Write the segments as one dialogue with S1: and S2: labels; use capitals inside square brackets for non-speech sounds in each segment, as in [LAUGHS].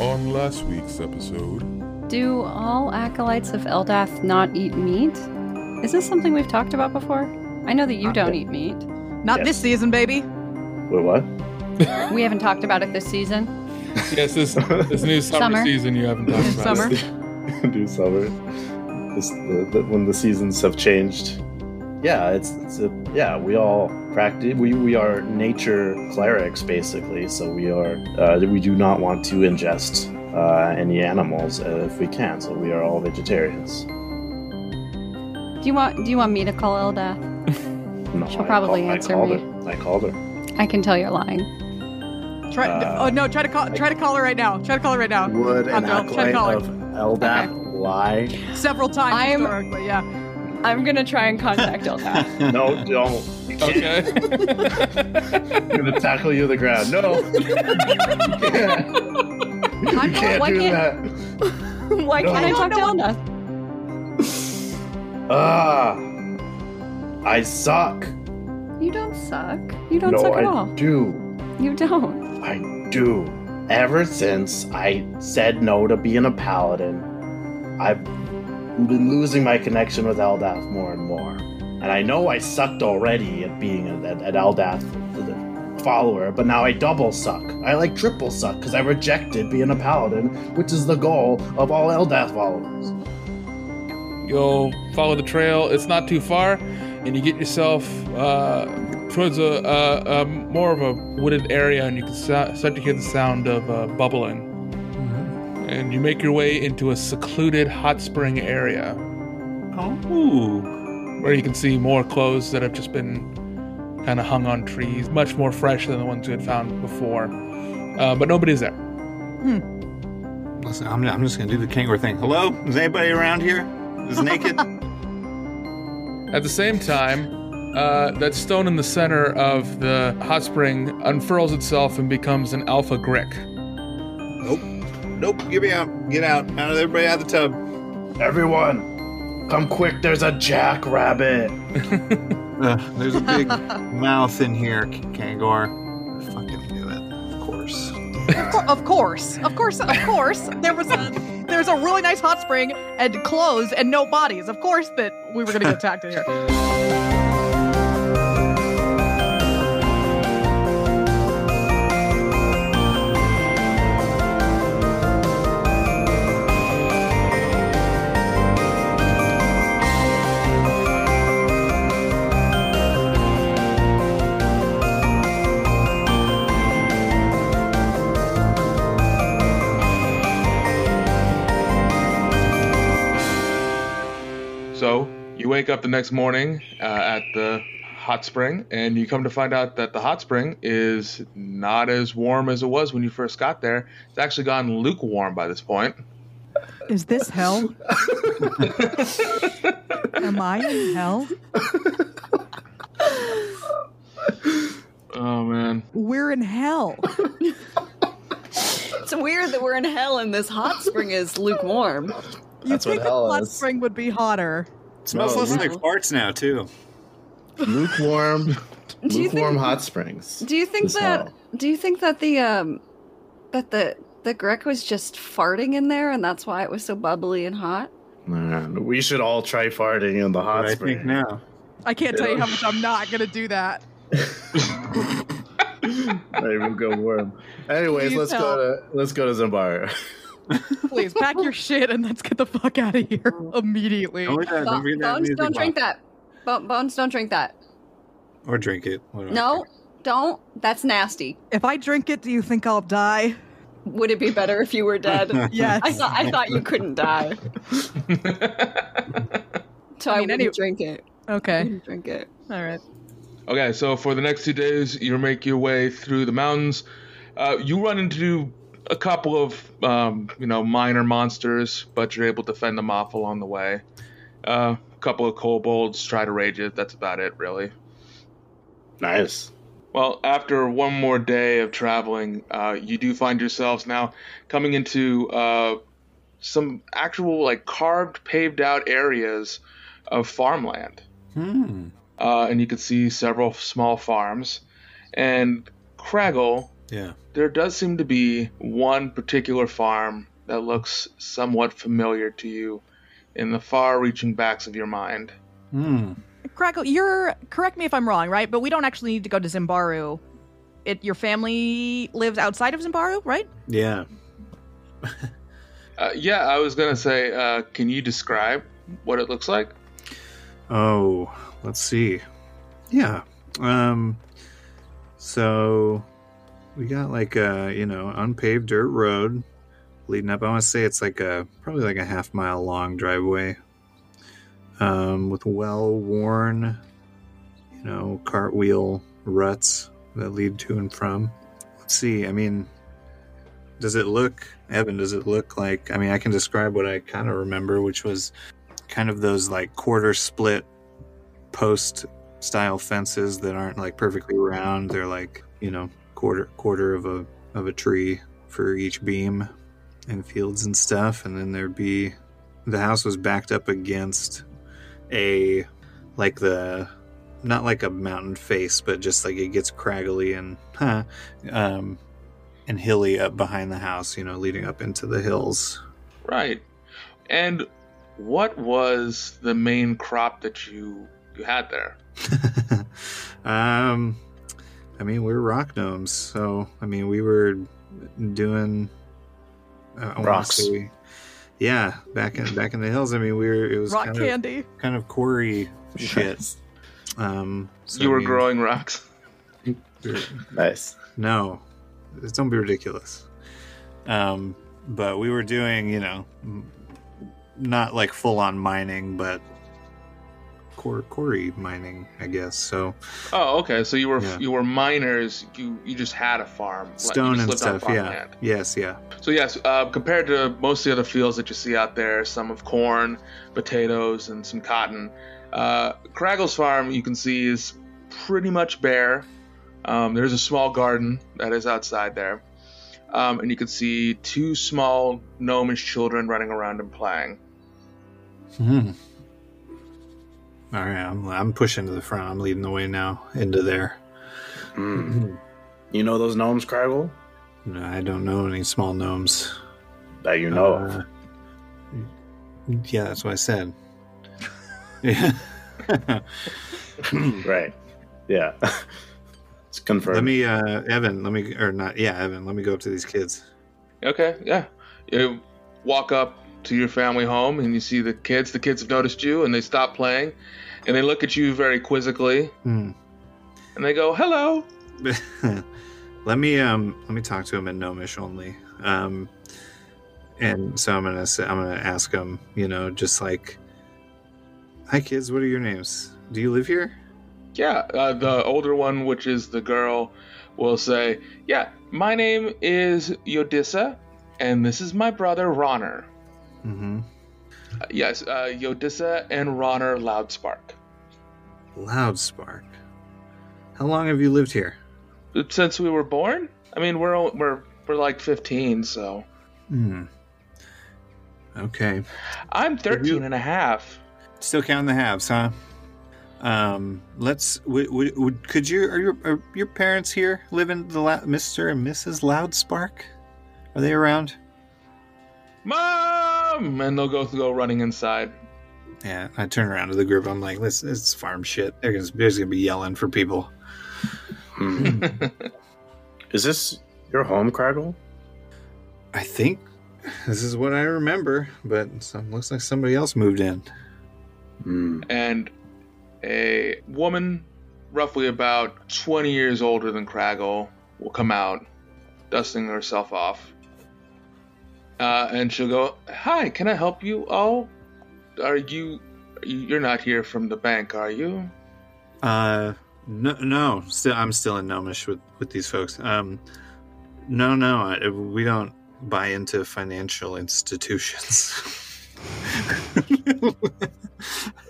S1: On last week's episode,
S2: Do all acolytes of Eldath not eat meat? Is this something we've talked about before? I know that you
S3: Not
S2: don't
S3: yet.
S2: eat meat.
S4: Not
S3: Yes.
S4: this season, baby.
S3: Wait, what?
S2: We haven't talked about it this season.
S5: Yes, this this new summer,
S2: Summer.
S5: season you haven't talked
S4: New
S5: about.
S4: summer.
S3: [LAUGHS] Do summer. This, the, the, when the seasons have changed. Yeah, it's, it's a, yeah. We all practice. We, we are nature clerics basically. So we are uh, we do not want to ingest uh, any animals uh, if we can. So we are all vegetarians.
S2: Do you want do you want me to call Eldath?
S3: No,
S2: She'll probably
S3: call-
S2: answer
S3: I called
S2: me.
S3: her. I called her.
S2: I can tell you're lying.
S4: Try.
S3: Uh,
S4: oh no! Try to call. Try to call her right now. Try to call her right now.
S3: Would
S4: an
S3: an
S4: I'll try to acolyte call her.
S3: acolyte
S4: of
S3: of Eldath lie?
S4: Several times
S2: I'm-
S4: historically. Yeah.
S2: I'm gonna try and contact Eldath. [LAUGHS]
S3: No, don't. You can't.
S5: Okay.
S3: I'm gonna tackle you to the
S2: [LAUGHS]
S3: ground. No. you can't,
S2: I'm-
S3: you can't
S2: why
S3: do
S2: can't-
S3: that.
S2: Why can't I
S3: No.
S2: talk to
S4: No.
S2: Eldath?
S3: Ah, I suck.
S2: You don't suck. You don't
S3: no,
S2: suck at
S3: I
S2: all.
S3: do.
S2: You don't.
S3: I do. Ever since I said no to being a paladin, I've been losing my connection with Eldath more and more. And I know I sucked already at being an an Eldath follower, but now I double suck. I like triple suck because I rejected being a paladin, which is the goal of all Eldath followers.
S5: You'll follow the trail. It's not too far, and you get yourself uh, towards a, a, a more of a wooded area, and you can so- start to hear the sound of uh, bubbling. And you make your way into a secluded hot spring area
S6: Oh,
S5: where you can see more clothes that have just been kind of hung on trees, much more fresh than the ones you had found before. Uh, but nobody's there.
S6: listen, I'm, I'm just gonna do the kangaroo thing. Hello, is anybody around here? Is naked?
S5: At the same time, uh, that stone in the center of the hot spring unfurls itself and becomes an alpha grick.
S6: nope, nope. Get me out. Get out. Out of everybody out of the tub.
S3: Everyone, come quick, there's a jackrabbit.
S6: Uh, there's a big mouth in here, K- Kangor. I fucking knew it. Of course.
S4: Of cour- Of course. Of course. Of course. There was a. There's a really nice hot spring and clothes and no bodies. Of course that we were gonna get attacked in here.
S5: So you wake up the next morning uh, at the hot spring, and you come to find out that the hot spring is not as warm as it was when you first got there. It's actually gone lukewarm by this point.
S4: Is this hell? Am I in hell?
S5: Oh man.
S4: We're in hell.
S7: It's weird that we're in hell and this hot spring is lukewarm.
S4: You
S3: That's what
S4: think
S3: hell
S4: a hot
S3: is.
S4: spring would be hotter?
S6: smells
S3: No,
S6: less
S3: you-
S6: like farts now too.
S3: Lukewarm,
S7: [LAUGHS] Do you think-
S3: lukewarm hot springs.
S7: Do you think
S3: is
S7: that?
S3: hell.
S7: Do you think that the um, that the the Greg was just farting in there and that's why it was so bubbly and hot?
S3: Man, we should all try farting in the hot
S6: But I
S3: spring.
S6: think now.
S4: I can't tell you how much I'm not gonna do that.
S3: [LAUGHS] Not even go warm. Anyways,
S4: Please
S3: let's
S4: help.
S3: go to let's go to Zambara.
S4: Please pack [LAUGHS] your shit and let's get the fuck out of here immediately.
S6: Don't, forget that- don't
S7: Bo-
S6: forget that
S7: bones,
S6: music
S7: don't drink
S6: box.
S7: that. Bo- bones, don't drink that.
S6: Or drink it. What do I
S7: No,
S6: care?
S7: don't. That's nasty.
S4: If I drink it, do you think I'll die?
S7: Would it be better if you were dead?
S4: Yes.
S6: [LAUGHS]
S7: I thought I thought you couldn't die, so I,
S4: I mean,
S7: wouldn't
S4: any-
S7: drink it. I
S4: okay.
S7: wouldn't drink it.
S4: All right.
S5: Okay, so for the next two days, you make your way through the mountains. Uh, you run into a couple of um, you know minor monsters, but you're able to fend them off along the way. A uh, couple of kobolds try to rage it. That's about it, really.
S3: Nice.
S5: Well, after one more day of traveling, uh, you do find yourselves now coming into uh, some actual like carved, paved out areas of farmland.
S6: [LAUGHS] Hmm.
S5: uh, and you could see several small farms. And Craggle,
S6: Yeah.
S5: There does seem to be one particular farm that looks somewhat familiar to you in the far reaching backs of your mind.
S6: Hmm.
S8: Crackle, you're correct me if I'm wrong, right? But we don't actually need to go to Zimbaru. It your family lives outside of Zimbaru, right?
S6: Yeah.
S5: Uh, yeah, I was going to say, uh, can you describe what it looks like?
S6: Oh, let's see. Yeah. Um so we got like a, you know, unpaved dirt road leading up. I want to say it's like a probably like a half mile long driveway. Um with well-worn you know, cartwheel ruts that lead to and from. Let's see. I mean, does it look Evan, does it look like I mean, I can describe what I kind of remember, which was kind of those like quarter split post style fences that aren't like perfectly round they're like you know quarter quarter of a of a tree for each beam and fields and stuff and then there'd be the house was backed up against a like the not like a mountain face but just like it gets craggly and huh, um and hilly up behind the house you know leading up into the hills
S5: Right. And what was the main crop that you you had there?
S6: [LAUGHS] um, I mean, we're rock gnomes, so I mean, we were doing uh, I wanna
S3: Rocks.
S6: say- yeah, back in back in the hills. I mean, we were it was
S8: Rock
S6: kind of,
S8: candy.
S6: kind
S5: [LAUGHS]
S6: of quarry shit. Um, so,
S5: you
S6: I
S5: were
S6: mean,
S5: growing rocks.
S3: Nice.
S6: No, it's don't be ridiculous. Um, but we were doing, you know, m- not like full on mining, but core quarry mining, I guess. So.
S5: Oh, okay. So you were
S6: Yeah.
S5: you were miners. You you just had a farm. like, you
S6: stone
S5: just
S6: and
S5: lived on
S6: stuff. Yeah.
S5: farmland.
S6: Yes. Yeah.
S5: So yes, uh, compared to most of the other fields that you see out there, some of corn, potatoes, and some cotton. Uh, Craggle's farm, you can see, is pretty much bare. Um, there's a small garden that is outside there, um, and you can see two small gnomish children running around and playing.
S6: Hmm. All right. I'm I'm pushing to the front. I'm leading the way now into there.
S3: Mm.
S5: Hmm.
S3: You know those gnomes, Craggle?
S6: No, I don't know any small gnomes.
S3: That you know
S6: Uh, yeah, that's what I said. [LAUGHS] Yeah.
S3: of. Uh, Right. Yeah. [LAUGHS] it's confirmed.
S6: let me, uh, Evan. Let me, or not? Yeah, Evan. Let me go up to these kids.
S5: Okay, yeah. You walk up to your family home and you see the kids. The kids have noticed you and they stop playing, and they look at you very quizzically
S6: Hmm.
S5: and they go, "Hello."
S6: [LAUGHS] let me, um, let me talk to him in gnomish only. Um, and so I'm gonna say, I'm gonna ask him. You know, just like, hi kids, what are your names? Do you live here?
S5: Yeah, uh, the older one, which is the girl, will say, Yeah, my name is Yodissa, and this is my brother Ronner.
S6: Mm-hmm.
S5: Uh, yes, uh, Yodissa and Ronner Loudspark.
S6: Loudspark. How long have you lived here?
S5: Since we were born, I mean, we're o- we're we're like 15, so
S6: Hmm. Okay.
S5: I'm 13 and a half.
S6: Still counting the halves, huh? Um. Let's. Would, would, would, could you? Are your are your parents here? Living the la- Mister and Mrs. Loudspark? Are they around?
S5: Mom! And they'll go go running inside.
S6: Yeah. I turn around to the group. I'm like, this, this is farm shit. They're gonna, there's gonna be yelling for people.
S3: Hmm. Is this your home, Craggle?
S6: I think this is what I remember, but some, looks like somebody else moved in.
S3: Hmm.
S5: and a woman roughly about 20 years older than Craggle will come out, dusting herself off. Uh, and she'll go, "Hi, can I help you? Oh, are you? You're not here from the bank, are you?
S6: Uh, no, no. Still, I'm still in gnomish with with these folks. Um, no, no. I, we don't buy into financial institutions. [LAUGHS]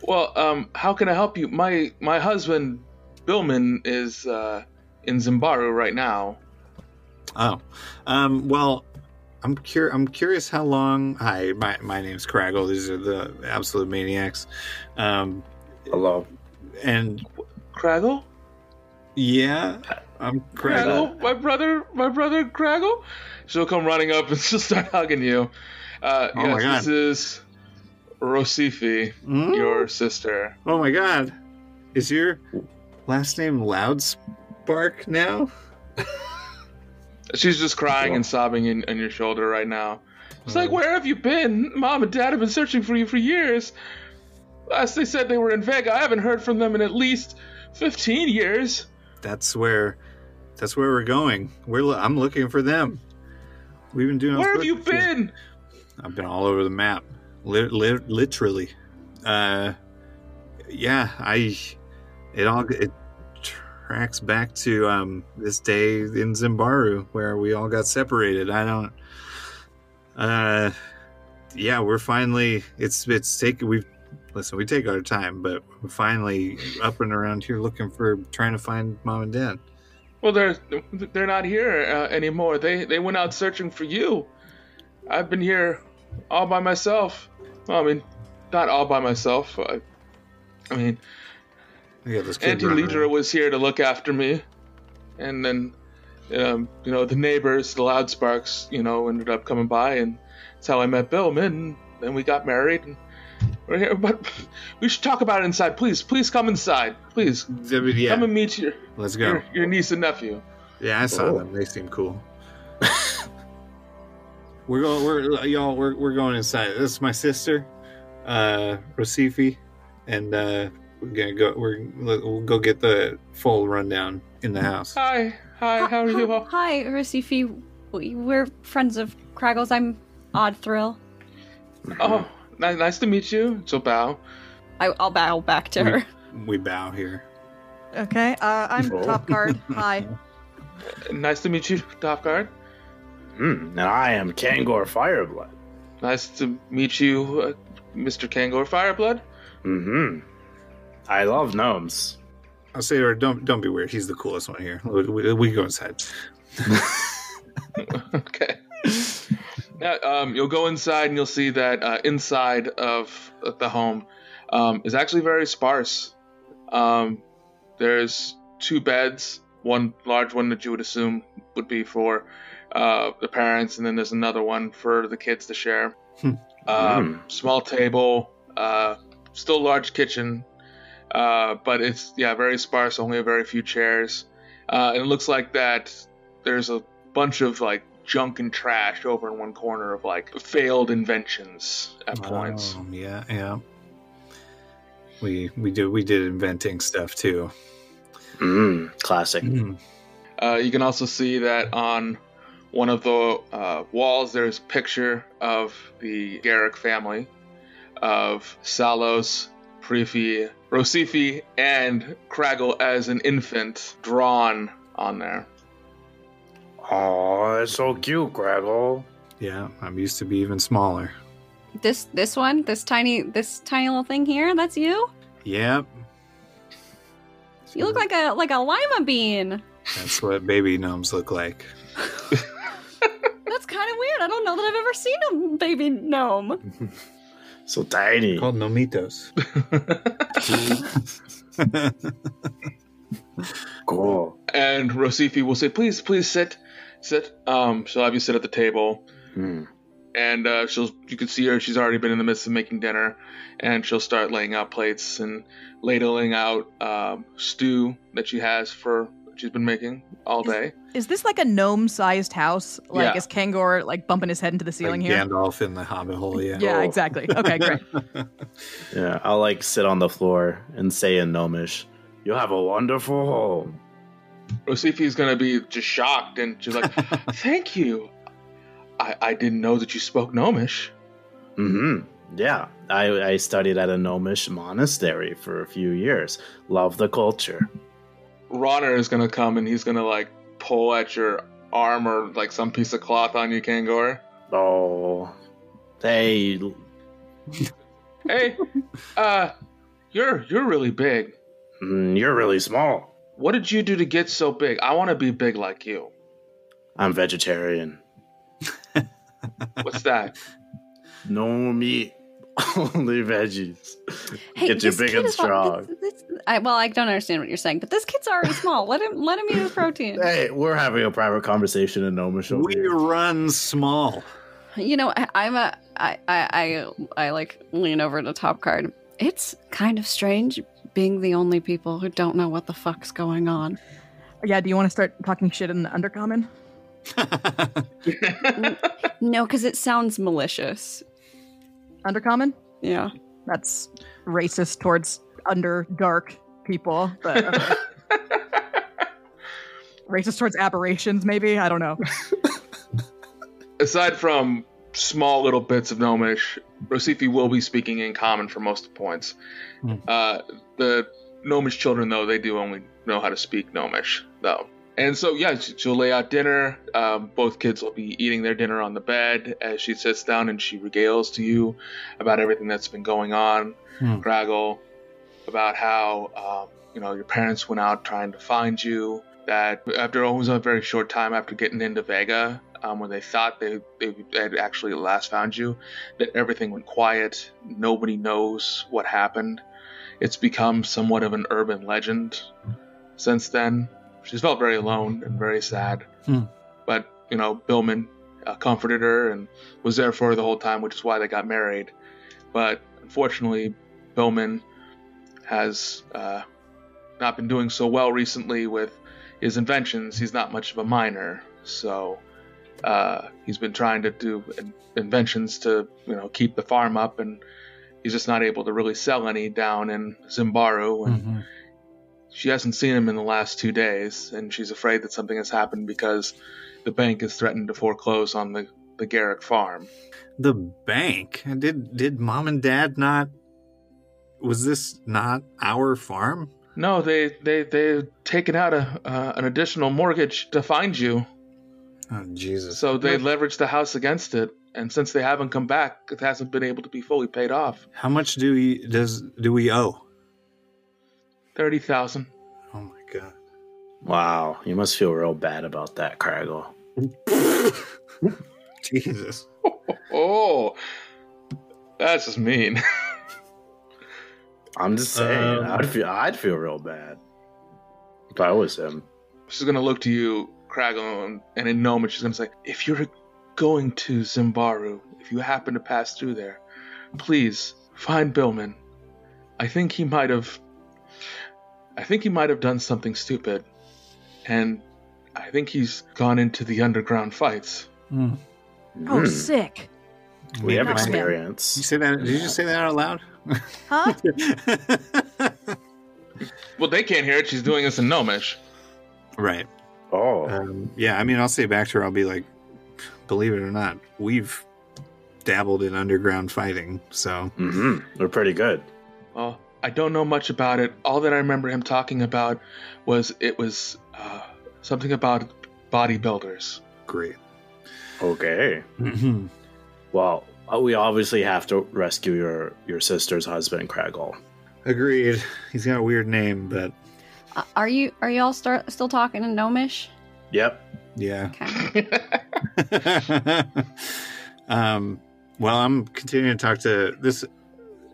S5: Well, um, how can I help you? My my husband, Billman, is uh, in Zimbaru right now.
S6: oh, um. Well, I'm cur- I'm curious how long. Hi, my my name's Craggle. These are the absolute maniacs. Um,
S3: Hello.
S6: and
S5: Craggle?
S6: Yeah, I'm Craggle.
S5: Craggle, my brother, my brother Craggle. She'll come running up and [LAUGHS] she'll start hugging you. Uh,
S6: Oh
S5: yes,
S6: my God.
S5: this is Rosifi,
S6: Hmm?
S5: your sister.
S6: Oh my god. Is your last name Loudspark now?
S5: She's just crying and sobbing in, on your shoulder right now. It's
S6: Mm.
S5: like, where have you been? Mom and Dad have been searching for you for years. Last they said they were in Vega. I haven't heard from them in at least fifteen years.
S6: That's where that's where we're going. We're lo- I'm looking for them. We've been doing
S5: Where have you
S6: for-
S5: been?
S6: I've been all over the map, li- li- literally. Uh, yeah, I. It all it tracks back to um, this day in Zimbaru where we all got separated. I don't. Uh, yeah, we're finally. It's it's take we've. Listen, we take our time, but we're finally up and around here looking for trying to find mom and dad.
S5: Well, they're they're not here uh, anymore. They they went out searching for you. I've been here all by myself. Well, I mean, not all by myself. I, I mean,
S6: I got this kid
S5: Auntie
S6: running
S5: Leandra
S6: around.
S5: was here to look after me, and then um, you know the neighbors, the loud sparks, you know, ended up coming by, and that's how I met Bill Min. Then we got married, and we're here. But [LAUGHS] we should talk about it inside, please. Please come inside, please. Come
S6: Yeah,
S5: and meet your
S6: let's go.
S5: your, your niece and nephew.
S6: Yeah, I saw
S3: Oh.
S6: them. They seem cool. [LAUGHS] we're going. We're uh, y'all. We're we're going inside. This is my sister, uh, Rosifi, and uh, we're gonna go. We're we'll go get the full rundown in the house.
S5: Hi, hi. How are you all?
S2: Hi, Rasifi. We- We're friends of Craggles. I'm Odd Thrill.
S5: Oh, ni- nice to meet you. So bow.
S2: I, I'll bow back to [LAUGHS]
S6: We-
S2: her.
S6: We bow here.
S4: Okay, uh, I'm
S3: Roll.
S4: top
S6: [LAUGHS]
S4: guard. Hi.
S5: Nice to meet you, Top Guard.
S3: Hmm, and I am Kangor Fireblood.
S5: Nice to meet you, uh, Mr. Kangor Fireblood.
S3: Mm-hmm. I love gnomes.
S6: I'll say, or don't don't be weird. He's the coolest one here. We, we, we go inside.
S5: [LAUGHS] okay. Now, um, you'll go inside and you'll see that uh, inside of the home um, is actually very sparse. Um, there's two beds, one large one that you would assume would be for uh, the parents, and then there's another one for the kids to share.
S6: Hmm.
S5: Um, Small table, uh, still large kitchen, uh, but it's yeah very sparse. Only a very few chairs, uh, and it looks like that there's a bunch of like junk and trash over in one corner of like failed inventions at points.
S6: Um, yeah, yeah. We we do we did inventing stuff too.
S3: Mm, classic.
S5: Uh, you can also see that on one of the uh, walls there's a picture of the Garrick family of Salos, Prefi, Rosifi, and Craggle as an infant drawn on there.
S3: Oh, that's so cute, Craggle.
S6: Yeah, I'm used to be even smaller.
S7: This this one, this tiny this tiny little thing here, that's you?
S6: Yep.
S7: You look like a like a lima bean.
S6: that's what baby gnomes look like.
S7: That's kind of weird. I don't know that I've ever seen a baby gnome.
S3: So tiny.
S6: Called [LAUGHS] nomitos.
S3: Cool.
S5: And Rosifi will say, "Please, please sit, sit." Um, she'll have you sit at the table.
S3: Hmm.
S5: and uh, she'll you can see her she's already been in the midst of making dinner and she'll start laying out plates and ladling out um, stew that she has for she's been making all day
S4: Is this like a gnome-sized house? Like,
S5: Yeah.
S4: is Kangor like bumping his head into the ceiling
S6: like
S4: here?
S6: Gandalf in the Hobbit hole. Yeah.
S4: Yeah,
S3: Oh.
S4: exactly. Okay,
S6: [LAUGHS]
S4: great.
S3: Yeah, I'll like sit on the floor and say in gnomish, "You have a wonderful home."
S5: Rosifi's gonna be just shocked and she's like thank you I, I didn't know that you spoke gnomish
S3: Mm-hmm. Yeah, I, I studied at a gnomish monastery for a few years. Love the culture.
S5: Ronner is gonna come and he's gonna like pull at your arm or like some piece of cloth on you Kangor
S3: Oh, hey,
S5: hey uh you're you're really big
S3: mm, you're really small.
S5: what did you do to get so big I want to be big like you
S3: I'm vegetarian.
S5: what's that
S3: No meat. [LAUGHS] Only veggies.
S7: Hey,
S3: Get you
S7: this
S3: big
S7: kid
S3: and
S7: is al-
S3: strong.
S7: this- this- I, well, I don't understand what you're saying, but this kid's already small. Let him let him eat his protein.
S3: [LAUGHS] Hey, we're having a private conversation in No Michelle.
S6: We run small. [LAUGHS]
S7: You know, I, I'm a I, I I I like lean over to top card. It's kind of strange being the only people who don't know what the fuck's going on.
S4: Yeah, do you want to start talking shit in the undercommon?
S6: Hmm.
S7: No, because it sounds malicious.
S4: Undercommon?
S7: Yeah.
S4: That's racist towards underdark people, but
S5: uh,
S8: [LAUGHS]
S4: okay. racist towards aberrations, maybe? I don't know.
S5: Aside from small little bits of Gnomish, Rosifi will be speaking in common for most points.
S6: Hmm.
S5: Uh, the Gnomish children, though, they do only know how to speak Gnomish, though. And so, yeah, she- she'll lay out dinner. Um, both kids will be eating their dinner on the bed as she sits down and she regales to you about everything that's been going on.
S6: Hmm.
S5: Graggle, about how, um, you know, your parents went out trying to find you. That after almost a very short time after getting into Vega, um, when they thought they, they had actually last found you, that everything went quiet. Nobody knows what happened. It's become somewhat of an urban legend since then. She's felt very alone and very sad.
S6: Hmm.
S5: But, you know, Billman uh, comforted her and was there for her the whole time, which is why they got married. But unfortunately, Billman has uh, not been doing so well recently with his inventions. He's not much of a miner, so uh, he's been trying to do in- inventions to you know keep the farm up, and he's just not able to really sell any down in Zimbaru. And
S6: Mhm.
S5: she hasn't seen him in the last two days, and she's afraid that something has happened because the bank has threatened to foreclose on the the Garrick farm.
S6: the bank. Did did mom and dad not? Was this not our farm?
S5: No, they they they've taken out a uh, an additional mortgage to find you.
S6: Oh Jesus!
S5: So they leveraged the house against it, and since they haven't come back, it hasn't been able to be fully paid off.
S6: How much do we does do we owe?
S5: Thirty thousand.
S6: Oh my god!
S3: Wow, you must feel real bad about that, Craggle.
S7: [LAUGHS]
S6: [LAUGHS] Jesus!
S5: Oh, that's just mean.
S3: I'm just saying,
S6: Um,
S3: I'd feel I'd feel real bad if I was him.
S5: she's gonna look to you, Craggle, and in Noma, she's gonna say, "If you're going to Zimbaru, if you happen to pass through there, please find Billman. I think he might have. I think he might have done something stupid, and I think he's gone into the underground fights."
S6: Hmm.
S4: Oh,
S8: Hmm.
S3: Mm,
S4: sick.
S3: we have
S4: not bad.
S6: You
S3: experience.
S6: say that? Did you just say that out loud? [LAUGHS]
S4: Huh?
S5: Well, they can't hear it. She's doing this in Gnomish.
S6: right.
S3: Oh,
S6: Um, yeah. I mean, I'll say back to her. I'll be like, believe it or not, we've dabbled in underground fighting. So
S3: hmm we're pretty good.
S5: Well, I don't know much about it. All that I remember him talking about was it was uh, something about [LAUGHS] bodybuilders.
S6: great.
S3: Okay, well, uh, we obviously have to rescue your your sister's husband, Craggle.
S6: Agreed. He's got a weird name, but
S7: Uh, are you are y'all start still talking in gnomish?
S3: Yep.
S6: yeah.
S7: Okay.
S5: Mm-hmm.
S6: [LAUGHS] um, well, I'm continuing to talk to this.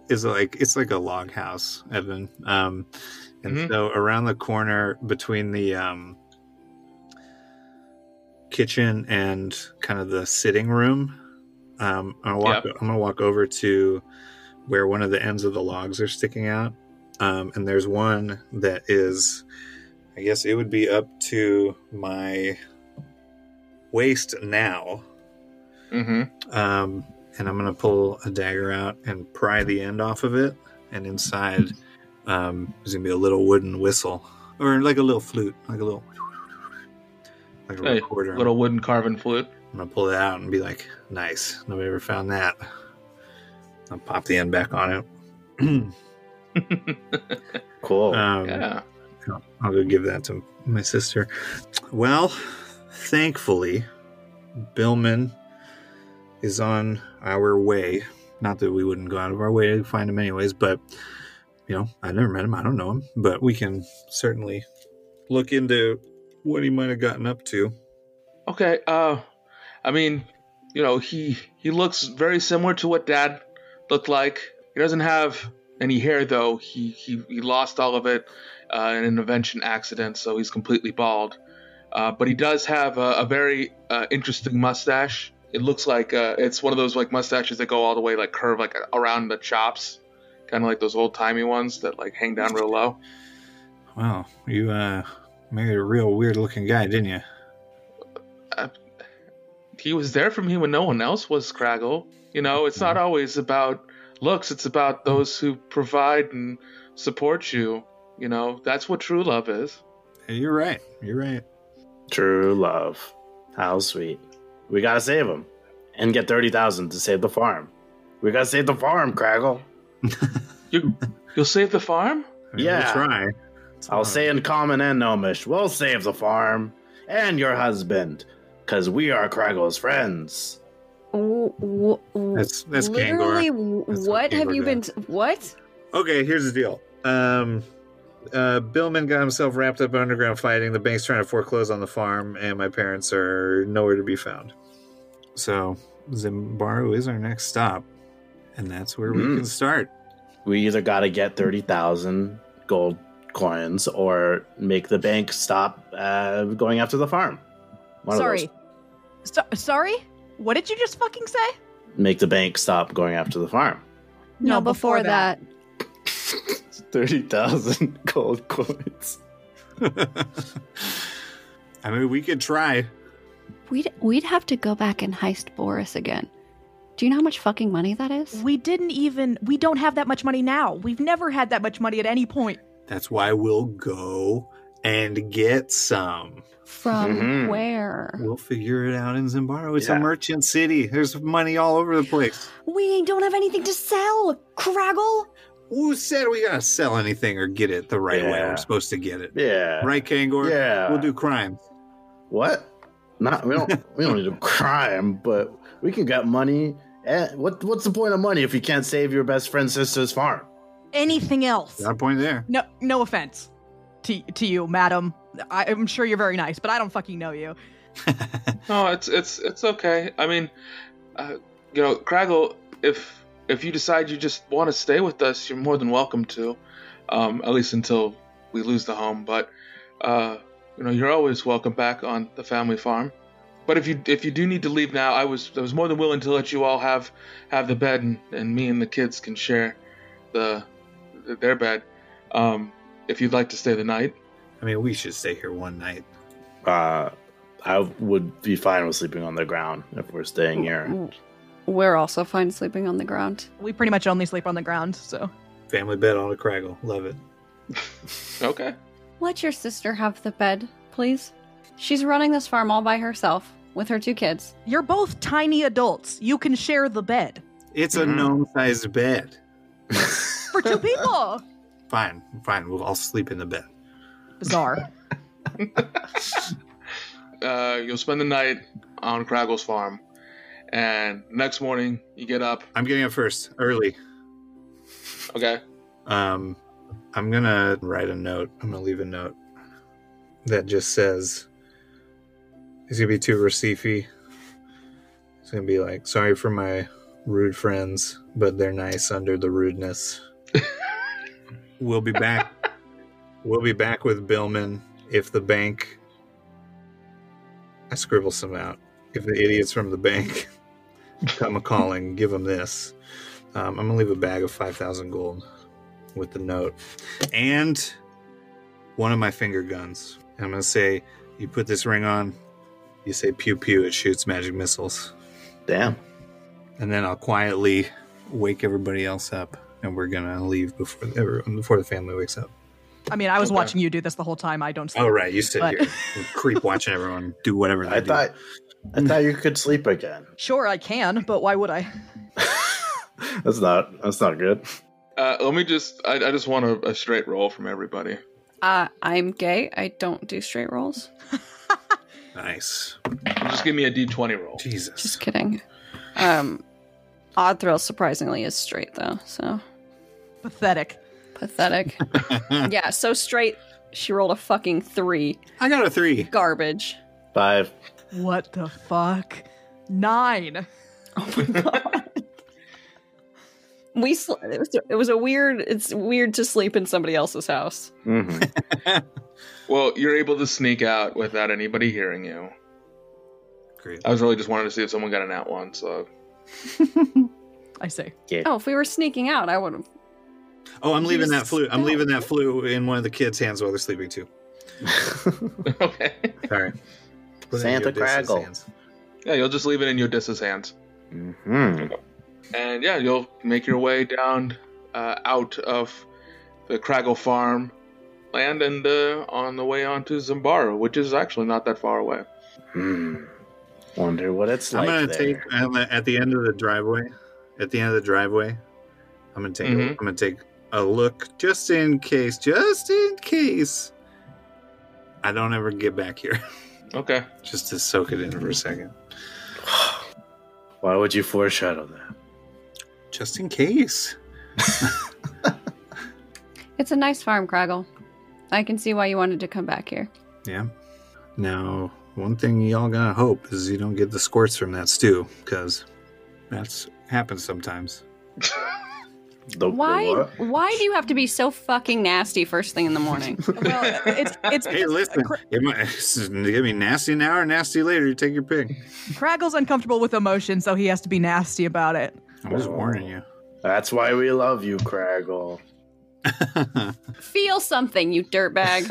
S6: Is like it's like a log house, Evan. Um, and
S5: Mhm.
S6: so around the corner between the um, kitchen and kind of the sitting room, um, I'm gonna walk. I'm gonna walk over to where one of the ends of the logs are sticking out, um, and there's one that is, I guess it would be up to my waist now.
S5: Mm-hmm.
S6: Um, and I'm going to pull a dagger out and pry the end off of it. And inside um, is going to be a little wooden whistle or like a little flute, like a little, like a
S5: Hey,
S6: recorder.
S5: Little wooden carving flute.
S6: I'm going to pull it out and be like, nice. Nobody ever found that. I'll pop the end back on it. [CLEARS THROAT]
S3: Cool.
S6: um,
S5: Oh, Yeah.
S6: I'll go give that to my sister. Well, thankfully, Billman is on our way. Not that we wouldn't go out of our way to find him, anyways, but you know, I never met him. I don't know him, but we can certainly look into what he might have gotten up to.
S5: Okay. Uh, I mean, you know, he he looks very similar to what Dad looked like. He doesn't have any hair though. He he, he lost all of it uh, in an invention accident, so he's completely bald. Uh, but he does have a, a very uh, interesting mustache. It looks like uh, it's one of those like mustaches that go all the way like curve like around the chops, kind of like those old timey ones that like hang down real low.
S6: Wow, you uh, married a real weird looking guy, didn't you?
S5: he was there for me when no one else was Craggle. You know, it's not always about looks, it's about those who provide and support you. You know, that's what true love is.
S6: Hey, Uh, You're right. You're [LAUGHS] right.
S3: True love. How sweet. We gotta save him. And get 30,000 to save the farm. We gotta save the farm, Craggle.
S5: You you'll save the farm?
S6: I mean,
S3: Yeah.
S6: We'll try.
S3: I'll say in common and gnomish, we'll save the farm and your husband, because we are Craggle's friends.
S6: That's that's
S2: literally.
S6: Kangor. That's what
S2: what have
S6: Kangor
S2: you been? What?
S6: Okay, here's the deal. Um, uh, Billman got himself wrapped up in underground fighting. The bank's trying to foreclose on the farm, and my parents are nowhere to be found. So Zimbaru is our next stop, and that's where we
S3: Mm.
S6: can start. [LAUGHS]
S3: We either gotta get 30,000 gold coins or make the bank stop uh, going after the farm. One of
S8: Sorry.
S3: those.
S8: So- sorry? What did you just fucking say?
S3: Make the bank stop going after the farm. [LAUGHS]
S8: No, before that.
S3: 30,000 gold coins.
S6: I mean, we could try.
S2: We'd we'd have to go back and heist Boris again. Do you know how much fucking money that is?
S8: We didn't even. We don't have that much money now. We've never had that much money at any point.
S6: That's why we'll go and get some.
S2: From
S3: Mhm.
S2: where?
S6: We'll figure it out in Zimbabwe. It's a
S3: Yeah.
S6: merchant city. There's money all over the place.
S2: We don't have anything to sell, Craggle.
S6: Who said we gotta sell anything or get it the right way
S3: Yeah.
S6: we're supposed to get it?
S3: Yeah.
S6: Right, Kangor?
S3: Yeah.
S6: We'll do crime.
S3: What? Not we don't we don't need a crime, but we can get money. Eh, what what's the point of money if you can't save your best friend's sister's farm?
S8: Anything else?
S6: Got a point there.
S8: No, no offense to to you, madam. I, I'm sure you're very nice, but I don't fucking know you.
S5: No, it's it's it's okay. I mean, uh, you know, Craggle, if if you decide you just want to stay with us, you're more than welcome to. Um, at least until we lose the home, but uh, you know, you're always welcome back on the family farm. But if you if you do need to leave now, I was I was more than willing to let you all have have the bed, and, and me and the kids can share the their bed. Um, if you'd like to stay the night,
S6: I mean, we should stay here one night.
S3: Uh I would be fine with sleeping on the ground if we're staying here.
S2: We're also fine sleeping on the ground.
S8: We pretty much only sleep on the ground, so
S6: Family bed on a craggle. Love it.
S5: okay.
S2: Let your sister have the bed, please. She's running this farm all by herself with her two kids.
S8: you're both tiny adults. You can share the bed
S6: It's a
S3: Mhm.
S6: gnome sized bed.
S8: for two
S6: [LAUGHS]
S8: people.
S6: Fine, fine. We'll all sleep in the bed.
S8: Bizarre.
S5: uh, you'll spend the night on Craggle's farm, and next morning you get up.
S6: I'm getting up first, early.
S5: Okay,
S6: Um, I'm gonna write a note. I'm gonna leave a note that just says it's gonna be to Recife. It's gonna be like, sorry for my rude friends, but they're nice under the rudeness. we'll be back. We'll be back with Billman if the bank. I scribble some out. If the idiots from the bank [LAUGHS] come a calling, give them this. Um, I'm gonna leave a bag of five thousand gold with the note and one of my finger guns. And I'm going to say, you put this ring on, you say pew pew, it shoots magic missiles.
S3: Damn.
S6: And then I'll quietly wake everybody else up and we're going to leave before everyone, before the family wakes up.
S8: I mean, I was
S5: Okay.
S8: watching you do this the whole time. I don't sleep.
S6: Oh, right. You sit
S8: But-
S6: here and creep watching everyone do whatever they
S3: I
S6: do.
S3: thought I thought you could sleep again.
S8: Sure, I can, but why would I?
S3: that's not that's not good.
S5: uh, let me just—I I just want a, a straight roll from everybody.
S2: Uh, I'm gay. I don't do straight rolls.
S6: Nice.
S5: Just give me a D20 roll.
S6: Jesus.
S2: Just kidding. Um, Odd Thrill surprisingly is straight though, so
S8: Pathetic.
S2: pathetic. yeah, so straight. She rolled a fucking three.
S6: I got a three.
S2: Garbage.
S3: Five.
S8: What the fuck? Nine.
S2: Oh my god. we sl- it, was, it was a weird. It's weird to sleep in somebody else's house.
S3: Mhm.
S5: Well, you're able to sneak out without anybody hearing you.
S6: Great.
S5: I was really just wanting to see if someone got an at one, so [LAUGHS]
S8: I
S6: [LAUGHS]
S8: see.
S2: Oh, if we were sneaking out, I would have.
S6: Oh, I'm leaving that
S2: Jesus.
S6: flu. I'm leaving that flu in one of the kids' hands while they're sleeping too.
S5: okay.
S6: Sorry. Put it in
S3: Santa
S6: Odysseus'
S3: Craggle.
S6: hands.
S5: Yeah, you'll just leave it in Odysseus' hands.
S3: Mhm.
S5: And yeah, you'll make your way down uh, out of the Craggle Farm land and uh, on the way onto Zambara, which is actually not that far away.
S3: Hmm. Wonder what it's
S6: I'm
S3: like
S6: gonna
S3: there.
S6: take I'm gonna- at the end of the driveway. At the end of the driveway, I'm gonna take.
S3: Mm-hmm.
S5: Mhm.
S6: I'm gonna take a look just in case. Just in case. I don't ever get back here. [LAUGHS]
S5: Okay.
S6: Just to soak it in for a second.
S3: Why would you foreshadow that?
S6: Just in case.
S2: It's a nice farm, Craggle. I can see why you wanted to come back here.
S6: Yeah. Now, one thing y'all gotta hope is you don't get the squirts from that stew, because that's happens sometimes.
S3: The, The
S2: Why?
S3: what?
S2: Why do you have to be so fucking nasty first thing in the morning?
S8: Well, it's it's
S6: Hey, listen, it might [LAUGHS] it's gonna be nasty now or nasty later. You take your pick.
S8: Craggle's uncomfortable with emotion, so he has to be nasty about it.
S6: I'm
S3: Oh.
S6: just warning you.
S3: That's why we love you, Craggle.
S2: Feel something, you dirtbag.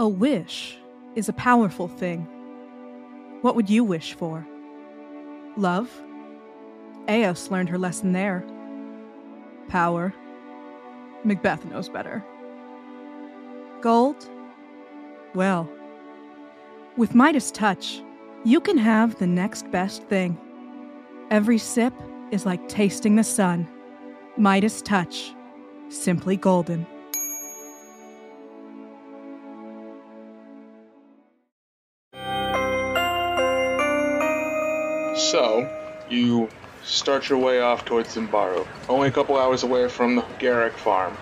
S8: A wish is a powerful thing. What would you wish for? Love? Eos learned her lesson there. Power? Macbeth knows better. Gold? Well, with Midas Touch, you can have the next best thing. Every sip is like tasting the sun. Midas Touch, simply golden.
S5: So, you start your way off towards Zimbaru, only a couple hours away from the Garrick farm.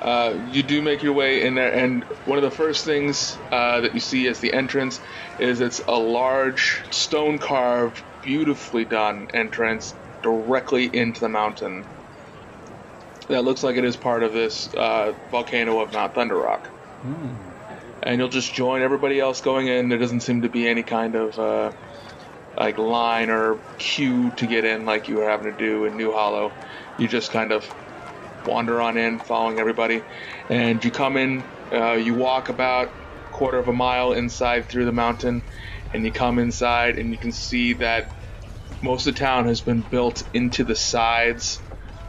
S5: Uh, you do make your way in there, and one of the first things uh, that you see as the entrance is it's a large stone carved, beautifully done entrance directly into the mountain. That looks like it is part of this uh, volcano of Not Thunder Rock. And you'll just join everybody else going in. There doesn't seem to be any kind of. Uh, like line or queue to get in like you were having to do in New Hollow. You just kind of wander on in, following everybody, and you come in. Uh, you walk about quarter of a mile inside through the mountain, and you come inside, and you can see that most of the town has been built into the sides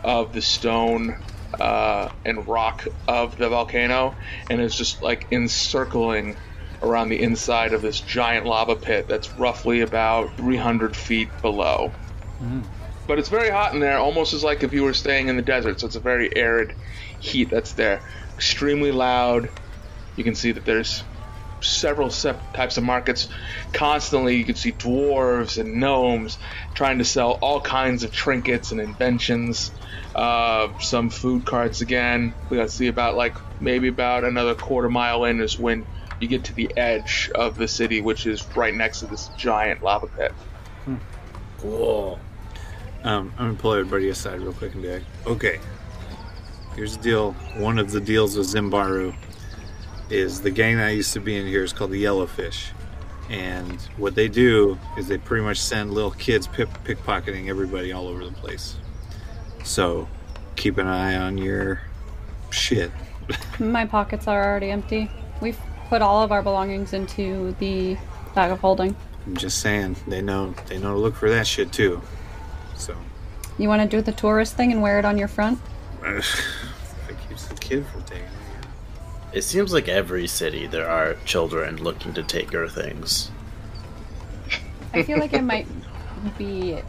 S5: of the stone uh, and rock of the volcano, and is just like encircling around the inside of this giant lava pit that's roughly about 300 feet below. But it's very hot in there, almost as like if you were staying in the desert. So it's a very arid heat that's there. Extremely loud. You can see that there's several sep- types of markets constantly. You can see dwarves and gnomes trying to sell all kinds of trinkets and inventions. Uh, some food carts again. We got to see about like maybe about another quarter mile in is when you get to the edge of the city, which is right next to this giant lava pit.
S3: Cool.
S6: Um, I'm gonna pull everybody aside real quick and be like, okay, here's the deal. One of the deals with Zimbaru is the gang that I used to be in here is called the Yellowfish. And what they do is they pretty much send little kids pick- pickpocketing everybody all over the place. So keep an eye on your shit.
S2: [LAUGHS] My pockets are already empty. We've put all of our belongings into the bag of holding.
S6: I'm just saying, they know they know to look for that shit too. So
S2: You want to do the tourist thing and wear it on your front?
S6: that keeps the kid from taking it.
S3: It seems like every city there are children looking to take her things.
S2: I feel like I might be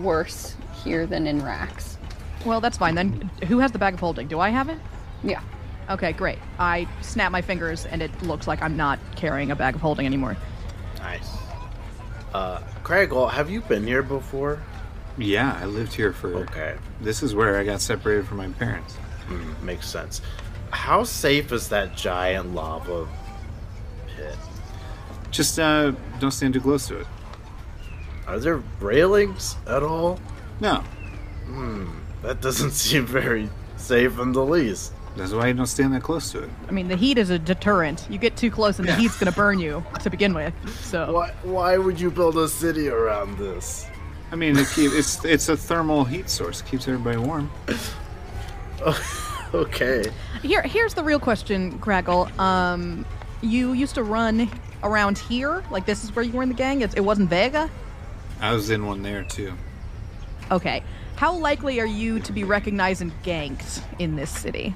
S2: worse here than in Rax.
S8: Well, that's fine then. Who has the bag of holding? Do I have it?
S2: Yeah.
S8: Okay, great. I snap my fingers and it looks like I'm not carrying a bag of holding anymore.
S3: Nice. Uh, Craigle, have you been here before?
S6: Yeah, I lived here for.
S3: Okay,
S6: This is where I got separated from my parents.
S3: mm, makes sense. How safe is that giant lava pit?
S6: Just uh, don't stand too close to it.
S3: Are there railings at all?
S6: No,
S3: That doesn't [LAUGHS] seem very safe in the least.
S6: that's why you don't stand that close to it.
S8: I mean, the heat is a deterrent. You get too close and the heat's going to
S2: [LAUGHS]
S8: burn you to begin with. So,
S3: Why, why would you build a city around this? [LAUGHS]
S6: I mean, it keep, it's it's a thermal heat source. It keeps everybody warm.
S3: Okay.
S8: here here's the real question, Craggle. Um you used to run around here? Like this is where you were in the gang? It, it wasn't Vega?
S6: I was in one there too.
S8: Okay. How likely are you to be recognized and ganked in this city?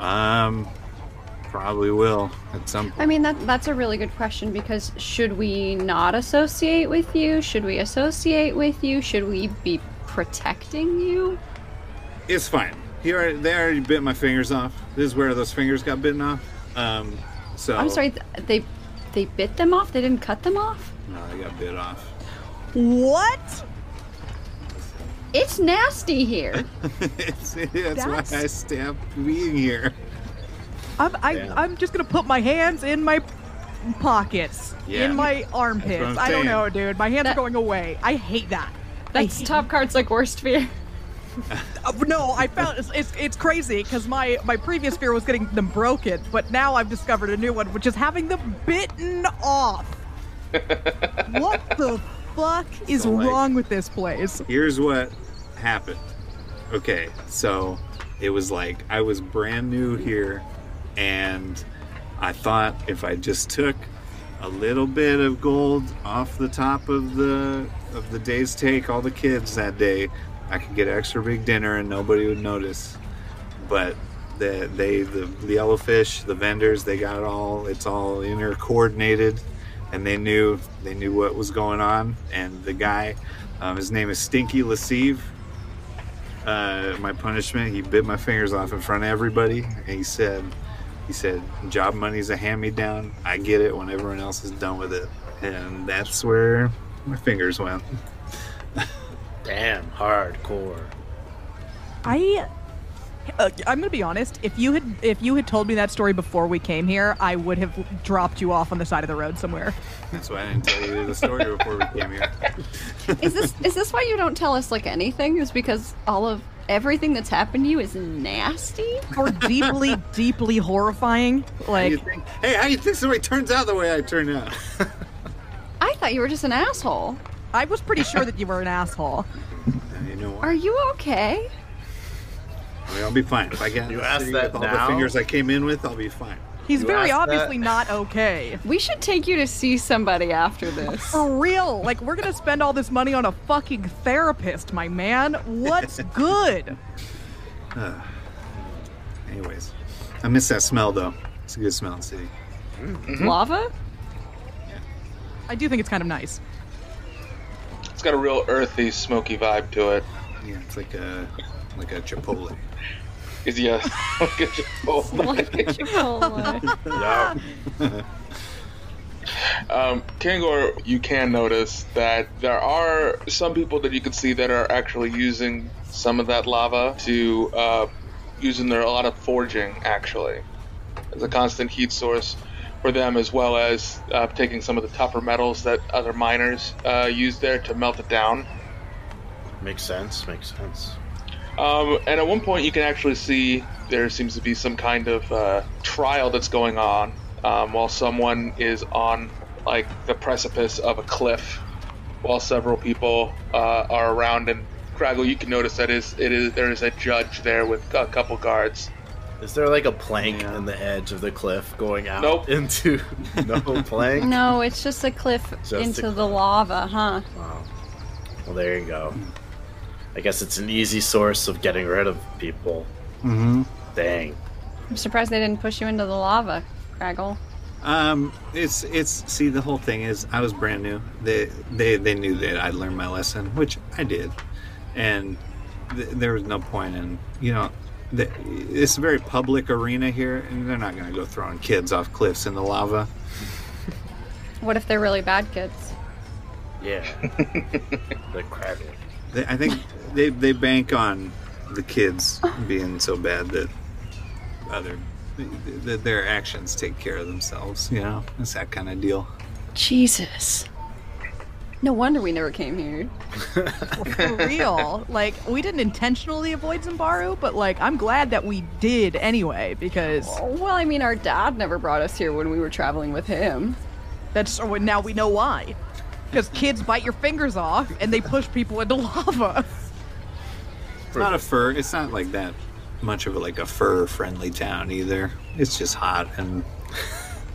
S6: Um, probably will at some point.
S2: I mean that that's a really good question because should we not associate with you? Should we associate with you? Should we be protecting you?
S6: It's fine. He already, they already bit my fingers off. This is where those fingers got bitten off. Um, so
S2: I'm sorry, th- they they bit them off. They didn't cut them off.
S6: No, they got bit off. [LAUGHS]
S8: What?
S2: It's nasty here.
S6: It's- that's why
S8: That's-
S6: I stabbed being here.
S8: I'm I,
S3: Damn.
S8: I'm just gonna put my hands in my pockets,
S6: Yeah.
S8: in my armpits.
S6: I'm
S8: I don't
S6: saying.
S8: know, dude. My hands are
S2: That-
S8: going away. I hate that. I
S2: That's top cards like worst fear.
S8: Uh, no, I found it's it's, it's crazy because my my previous fear was getting them broken, but now I've discovered a new one, which is having them bitten
S6: [LAUGHS]
S8: off. what the fuck is
S6: So, like-
S8: wrong with this place?
S6: here's what happened. Okay, so it was like I was brand new here, and I thought if I just took a little bit of gold off the top of the of the day's take, all the kids that day, I could get an extra big dinner and nobody would notice. But the, they the, the yellowfish, the vendors, they got it all. It's all intercoordinated, and they knew they knew what was going on. And the guy um, his name is Stinky Lasive. Uh, my punishment, he bit my fingers off in front of everybody. And he said, he said, job money's a hand-me-down. I get it when everyone else is done with it. And that's where my fingers went.
S3: Damn, hardcore.
S8: I. Uh, I'm gonna be honest. If you had if you had told me that story before we came here, I would have dropped you off on the side of the road somewhere.
S6: That's why I didn't tell you the story before we came here.
S7: Is this is this why you don't tell us like anything? Is because all of everything that's happened to you is nasty?
S8: Or
S6: [LAUGHS]
S8: deeply, deeply horrifying.
S6: How you
S8: Like
S6: think, hey, how do you think somebody turns out the way I turned out?
S7: I thought you were just an asshole.
S8: I was pretty sure that you were an asshole.
S6: And you know what?
S7: Are you okay?
S6: I mean, I'll be fine. If I get out
S3: You
S6: of the
S3: asked
S6: city
S3: that
S6: with all
S3: now?
S6: the fingers I came in with, I'll be fine.
S8: He's
S3: You
S8: very
S3: asked
S8: obviously not okay.
S7: We should take you to see somebody after this.
S8: For real, like we're gonna spend all this money on a fucking therapist, my man. What's good?
S6: Anyways, I miss that smell though. It's a good smell in the city.
S7: Lava?
S8: I do think it's kind of nice.
S5: It's got a real earthy, smoky vibe to it.
S6: Yeah, it's like a like a Chipotle.
S5: Is he a [LAUGHS] like a Chipotle?
S7: Chipotle.
S3: Yeah.
S5: Um, Kangor, you can notice that there are some people that you can see that are actually using some of that lava to uh, using their a lot of forging actually as a constant heat source for them, as well as uh, taking some of the tougher metals that other miners uh, use there to melt it down.
S3: Makes sense, makes sense.
S5: Um, and at one point, you can actually see there seems to be some kind of uh, trial that's going on um, while someone is on like the precipice of a cliff, while several people uh, are around. And Craggle, you can notice that is it is there is a judge there with a couple guards.
S3: Is there like a plank
S6: Yeah.
S3: in the edge of the cliff going out [LAUGHS]
S5: Nope.
S3: into no plank?
S2: No, it's just a cliff
S3: Just a
S2: into the
S3: cliff.
S2: lava, huh?
S3: Wow. Well, there you go. I guess it's an easy source of getting rid of people.
S6: Mm-hmm.
S3: Dang.
S2: I'm surprised they didn't push you into the lava, Craggle.
S6: Um, it's it's see the whole thing is I was brand new. They they they knew that I'd learned my lesson, which I did, and th- there was no point in you know. The, it's a very public arena here, and they're not going to go throwing kids off cliffs in the lava.
S2: What if they're really bad kids?
S3: [LAUGHS]
S9: Yeah. the crabby.
S6: They, I think they they bank on the kids being so bad that other that their actions take care of themselves. You know, it's that kind of deal.
S2: Jesus. No wonder we never came here.
S8: For real. Like, we didn't intentionally avoid Zimbaru, but, like, I'm glad that we did anyway, because
S2: Well, I mean, our dad never brought us here when we were traveling with him.
S8: that's oh, now we know why. Because kids bite your fingers off and they push people into lava.
S6: It's not a fur. It's not like that much of a, like a fur friendly town either. It's just hot and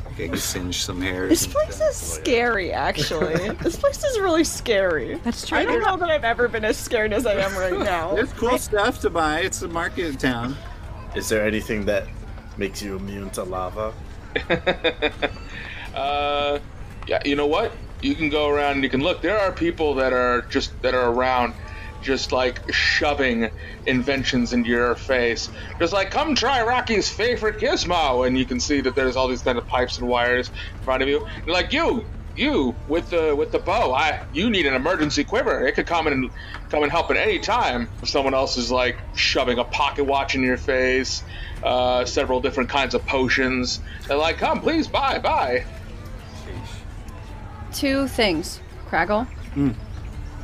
S6: I can singe some hairs.
S7: This
S6: and
S7: place is scary, actually. this place is really scary.
S8: That's
S7: I
S8: true.
S7: don't know that I've ever been as scared as I am right now.
S6: There's cool stuff to buy. It's a market town.
S3: Is there anything that makes you immune to lava?
S5: uh, yeah, you know what? You can go around and you can look. There are people that are just that are around, just like shoving inventions into your face. Just like, come try Rocky's favorite gizmo, and you can see that there's all these kind of pipes and wires in front of you. And like you, you with the with the bow, I you need an emergency quiver. It could come in and come and help at any time. If someone else is like shoving a pocket watch in your face, uh, several different kinds of potions. They're like, come, please, buy, buy.
S2: Two things, Craggle.
S3: Hmm.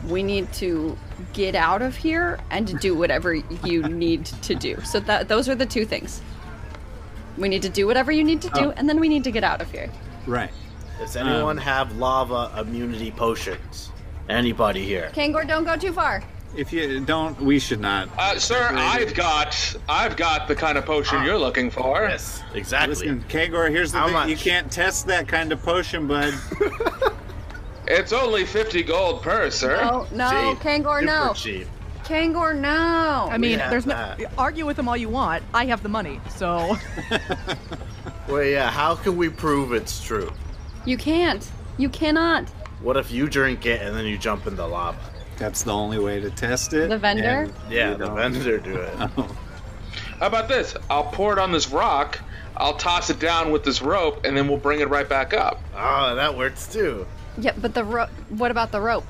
S2: We need to get out of here and do whatever you need to do. So that those are the two things. We need to do whatever you need to do,
S3: Oh.
S2: and then we need to get out of here.
S6: Right.
S3: Does
S6: Um.
S3: anyone have lava immunity potions? Anybody here?
S2: Kangor, don't go too far.
S6: If you don't, we should not.
S5: Uh, sir, I've got I've got the kind of potion you're looking for.
S3: Yes, exactly.
S6: Listen, Kagor, here's the
S3: How
S6: thing.
S3: much?
S6: You can't test that kind of potion, bud.
S5: It's only fifty gold per, sir.
S2: Oh no,
S3: Cheap.
S2: Kangor,
S3: Super
S2: no.
S3: cheap.
S2: Kangor, no.
S8: I mean,
S3: have
S8: there's no.
S3: that.
S8: Argue with them all you want. I have the money, so. [LAUGHS]
S3: Well, yeah. How can we prove it's true?
S2: you can't. You cannot.
S3: What if you drink it and then you jump in the lava?
S6: That's the only way to test it.
S2: The vendor?
S6: and
S3: Yeah,
S6: you
S3: the
S6: don't.
S3: vendor do
S6: [LAUGHS]
S3: it.
S5: How about this? I'll pour it on this rock. I'll toss it down with this rope, and then we'll bring it right back up.
S3: Oh, that works too.
S2: Yeah, but the rope. What about the rope?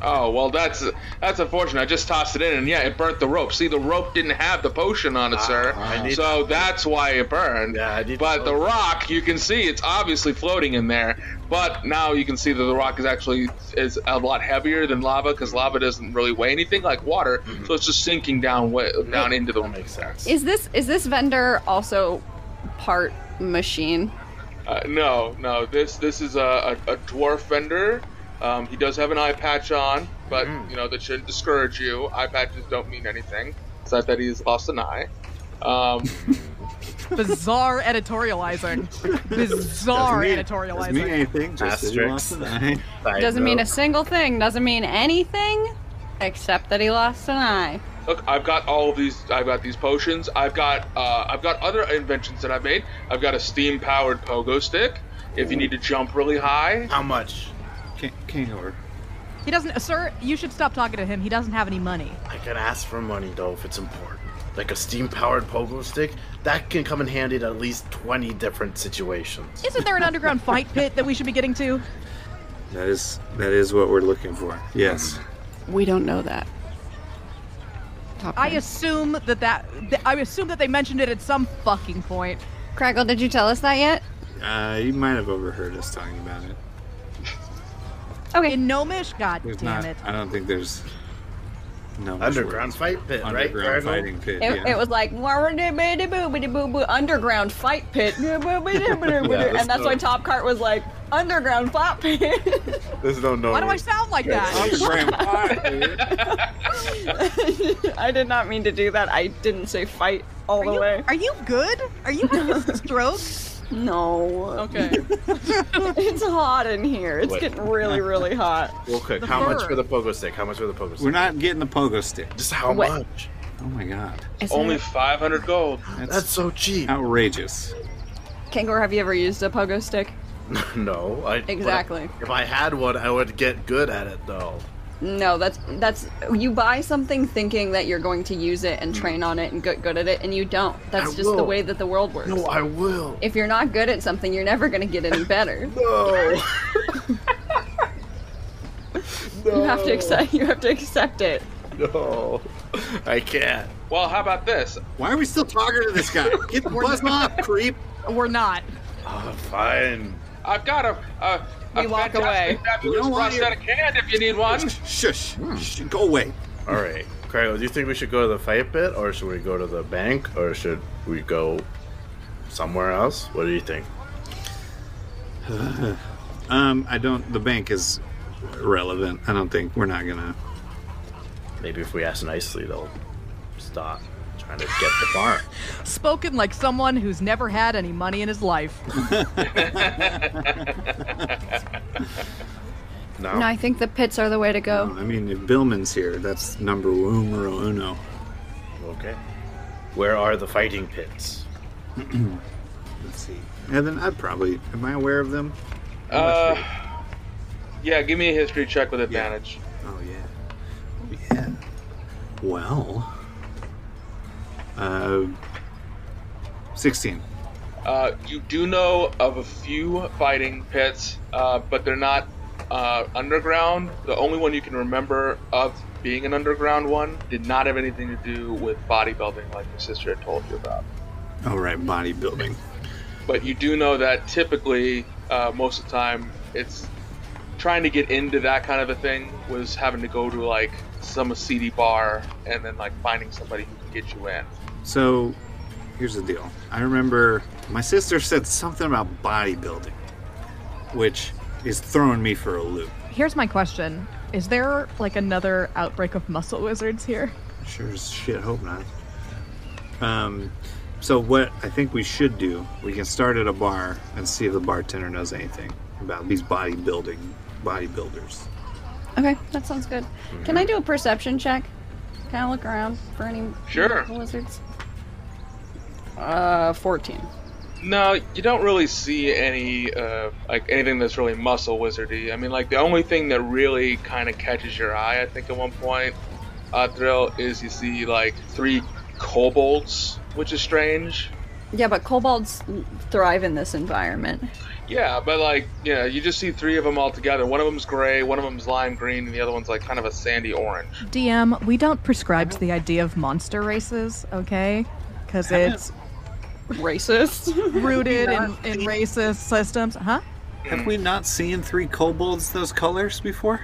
S5: Oh well, that's that's unfortunate. I just tossed it in, and yeah, it burnt the rope. See, the rope didn't have the potion on it, sir.
S3: Ah, I need-
S5: so that's why it burned.
S3: Yeah, I need-
S5: but the rock, you can see, it's obviously floating in there. But now you can see that the rock is actually is a lot heavier than lava because lava doesn't really weigh anything like water, so it's just sinking down way, down into the.
S3: Mm-hmm. That makes sense.
S2: Is this is this vendor also part machine?
S5: Uh, no, no. This this is a, a, a dwarf vendor. Um, he does have an eye patch on, but
S6: Hmm.
S5: you know that shouldn't discourage you. Eye patches don't mean anything. It's not that he's lost an eye.
S6: [LAUGHS]
S5: Um,
S8: bizarre editorializing. Bizarre editorializing.
S6: Doesn't mean anything. Just that you lost [LAUGHS] an eye.
S3: Side
S2: Doesn't mean a
S3: note.
S2: single thing. Doesn't mean anything, except that he lost an eye.
S5: look, I've got all of these. I've got these potions. I've got uh, I've got other inventions that I've made. I've got a steam powered pogo stick. If you need to jump really high,
S3: How much?
S6: Can- Kagor.
S8: He doesn't, sir. You should stop talking to him. He doesn't have any money.
S3: I can ask for money though if it's important. Like a steam-powered pogo stick, that can come in handy to at least twenty different situations.
S8: Isn't there an underground fight pit that we should be getting to?
S6: That is that is what we're looking for. Yes.
S7: We don't know that. Top
S8: I
S7: Gun.
S8: assume that that th- I assume that they mentioned it at some fucking point.
S2: Craggle, did you tell us that yet?
S6: Uh, you might have overheard us talking about it.
S2: Okay.
S8: In Gnomish? God
S6: There's
S8: damn
S6: not.
S8: it.
S6: I don't think there's. No. much
S3: Underground
S6: words.
S3: fight pit, right?
S6: Underground
S3: Colonel?
S6: fighting pit.
S2: It,
S6: yeah.
S2: it was like "Wah-wah-dee-bee-dee-boo-bee-dee-boo-boo," underground fight pit, and that's why Top Cart was like underground fight pit. [LAUGHS]
S3: There's no no.
S8: Why do I sound like that?
S6: Underground fight pit.
S7: I did not mean to do that. I didn't say fight all
S8: Are
S7: the
S8: you,
S7: way.
S8: are you good? Are you having [LAUGHS] a stroke?
S7: No.
S2: [LAUGHS]
S8: Okay.
S7: it's hot in here. It's
S3: Wait.
S7: getting really, really hot.
S3: [LAUGHS] Real quick,
S8: The
S3: how much
S8: fur.
S3: for the pogo stick? How much for the pogo stick?
S6: We're not getting the pogo stick.
S3: Just how
S2: What?
S3: much?
S6: Oh my god.
S2: Is
S5: Only
S2: it-
S5: 500 gold.
S6: That's,
S3: so cheap.
S6: Outrageous.
S2: Kangor, have you ever used a pogo stick?
S3: no, I but
S2: Exactly.
S3: If I had one, I would get good at it though.
S2: No, that's that's you buy something thinking that you're going to use it and train on it and get good at it, and you don't. That's
S3: I
S2: just the
S3: will.
S2: way that the world works.
S3: No, I will.
S2: if you're not good at something, you're never going to get any
S3: [LAUGHS]
S2: better.
S3: No.
S2: You have to accept. You have to accept it.
S3: No, I can't.
S5: Well, how about this?
S6: Why are we still talking to this guy? Get the buzz off, creep.
S8: We're not.
S3: Oh, fine.
S5: I've got a a, a
S2: You walk
S5: fantastic
S2: away.
S5: fabulous
S6: You don't want
S5: prosthetic hand if you need one.
S6: [LAUGHS] Shush. Shh, Go away.
S3: All right, Craig, do you think we should go to the fight pit, or should we go to the bank, or should we go somewhere else? What do you think?
S6: Um, I don't. The bank is relevant. I don't think we're not gonna.
S3: Maybe if we ask nicely, they'll stop trying to get the farm.
S8: Spoken like someone who's never had any money in his life.
S3: No,
S2: No, I think the pits are the way to go.
S6: I mean, if Billman's here, that's number numero uno.
S3: okay. Where are the fighting pits?
S6: Let's see. And then I'd probably. Am I aware of them?
S5: Uh, yeah, give me a history check with advantage.
S6: Oh yeah. Oh yeah. Well. Uh. Sixteen.
S5: Uh, you do know of a few fighting pits, uh, but they're not uh, underground. The only one you can remember of being an underground one did not have anything to do with bodybuilding, like your sister had told you about.
S6: All right, bodybuilding.
S5: But you do know that typically, uh, most of the time, it's trying to get into that kind of a thing was having to go to like some seedy bar and then like finding somebody who can get you in.
S6: So, here's the deal. I remember my sister said something about bodybuilding, which is throwing me for a loop.
S8: Here's my question. Is there like another outbreak of muscle wizards here?
S6: Sure as shit, hope not. Um, so what I think we should do, we can start at a bar and see if the bartender knows anything about these bodybuilding bodybuilders.
S2: Okay, that sounds good. Can I do a perception check? Can I look around for any
S5: Sure.
S2: wizards? Uh, fourteen.
S5: No, you don't really see any uh, like anything that's really muscle wizardy. I mean, like the only thing that really kind of catches your eye, I think, at one point, uh, Thrill, is you see like three kobolds, which is strange.
S2: Yeah, but kobolds thrive in this environment.
S5: Yeah, but like, you know, you just see three of them all together. One of them's gray, one of them's lime green, and the other one's like kind of a sandy orange.
S8: DM, we don't prescribe to the idea of monster races, okay? Because it's
S2: Racist.
S8: rooted in, in racist systems, huh?
S6: Have we not seen three kobolds those colors before?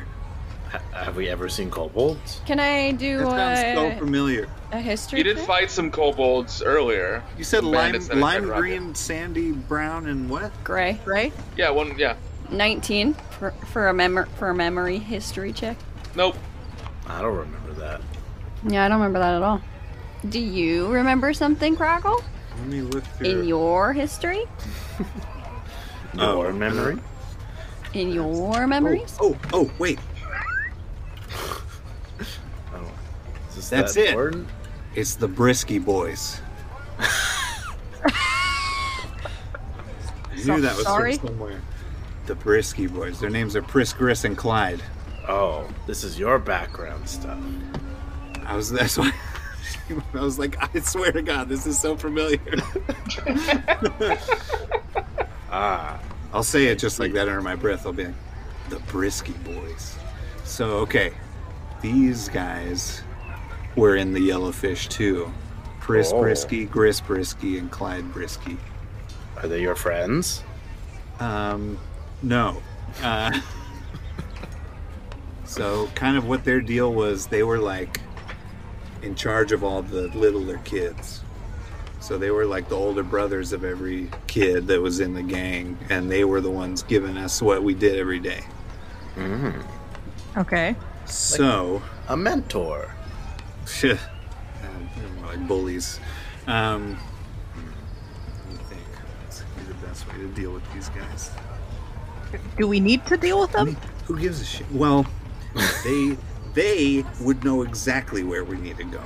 S3: Ha- have we ever seen kobolds?
S2: Can I do
S6: That sounds so
S2: a,
S6: familiar.
S2: a history?
S5: You did
S2: check?
S5: fight some kobolds earlier.
S6: You said lime,
S5: Bandits and a
S6: lime
S5: Red Rocket.
S6: green, sandy, brown, and what?
S2: gray.
S8: Right?
S5: Yeah, one. Yeah.
S2: Nineteen for, for a mem- for a memory history check.
S5: Nope.
S3: I don't remember that.
S2: Yeah, I don't remember that at all. Do you remember something, Crackle?
S6: Let me look through.
S2: In your history?
S6: Oh.
S3: Your memory?
S2: In your memories?
S6: oh, oh, wait.
S3: Oh. Is this
S6: That's
S3: that
S6: it.
S3: important?
S6: It's the Brisky boys. I knew that was
S2: Sorry?
S6: from somewhere. The Brisky boys. Their names are Pris, Gris, and Clyde.
S3: Oh, this is your background stuff.
S6: I was that's why [LAUGHS] I was like, I swear to God, this is so familiar.
S3: Ah,
S6: I'll say it just like that under my breath. I'll be like, the Brisky boys. So okay, these guys were in the Yellowfish too. Pris
S3: Oh.
S6: Brisky, Gris Brisky, and Clyde Brisky.
S3: are they your friends?
S6: Um, no. Uh, [LAUGHS] so, kind of what their deal was, they were like in charge of all the littler kids. So they were like the older brothers of every kid that was in the gang, and they were the ones giving us what we did every day.
S8: Okay.
S6: So, [LAUGHS]
S3: A mentor.
S6: Shit. Uh, they're more like bullies. Um, let me think. What's gonna be the best way to deal with these guys?
S8: Do we need to deal with
S6: I
S8: them?
S6: mean, who gives a shit? Well, they they would know exactly where we need to go.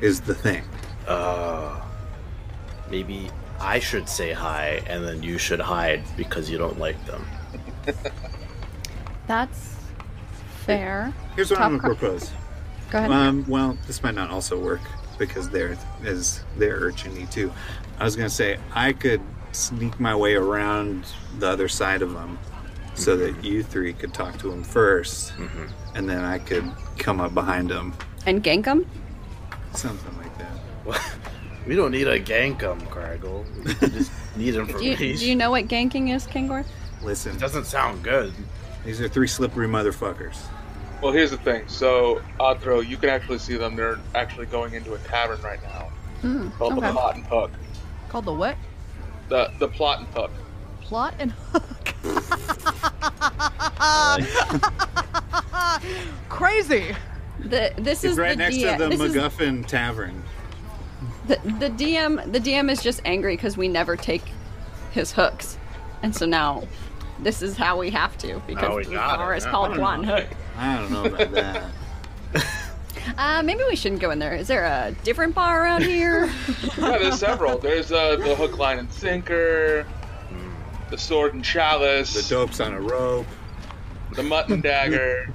S6: is the thing.
S3: Uh, maybe I should say hi, and then you should hide because you don't like them.
S6: oh.
S2: That's fair.
S6: Here's what I'm
S2: Top
S6: going to
S2: card-
S6: propose.
S2: Go ahead.
S6: Um, well, this might not also work because they're is they're urging me too. I was gonna say I could sneak my way around the other side of them so that you three could talk to him 1st and then I could come up behind him,
S2: and gank 'em?
S6: something like that.
S3: We don't need a gankum, Craggle. We [LAUGHS] just need
S2: Do you,
S3: information.
S2: do you know what ganking is, Kangor?
S6: Listen,
S3: It doesn't sound good.
S6: these are three slippery motherfuckers.
S5: Well, here's the thing. So, Athro, you can actually see them. They're actually going into a tavern right now
S8: Hmm,
S5: called the
S8: okay.
S5: Plot and Hook.
S8: Called the what?
S5: The the Plot and Hook.
S8: Plot and [LAUGHS] Crazy.
S2: The, this
S6: it's
S2: is
S6: right
S2: the
S6: next
S2: DM.
S6: to the
S2: this is
S6: MacGuffin Tavern.
S2: the, the DM. The DM is just angry because we never take his hooks, and so now this is how we have to
S3: Now we
S2: because the
S3: got
S2: power
S3: it.
S2: is
S3: I
S2: called
S3: don't
S2: Guan
S3: know.
S2: Hook.
S6: I don't know about that.
S2: Uh, maybe we shouldn't go in there. Is there a different bar around
S6: [LAUGHS]
S2: here?
S8: [LAUGHS]
S5: Yeah, there's several. There's uh, the Hook, Line, and Sinker, the Sword and Chalice,
S6: [LAUGHS] the dope's on a rope,
S5: the Mutton Dagger.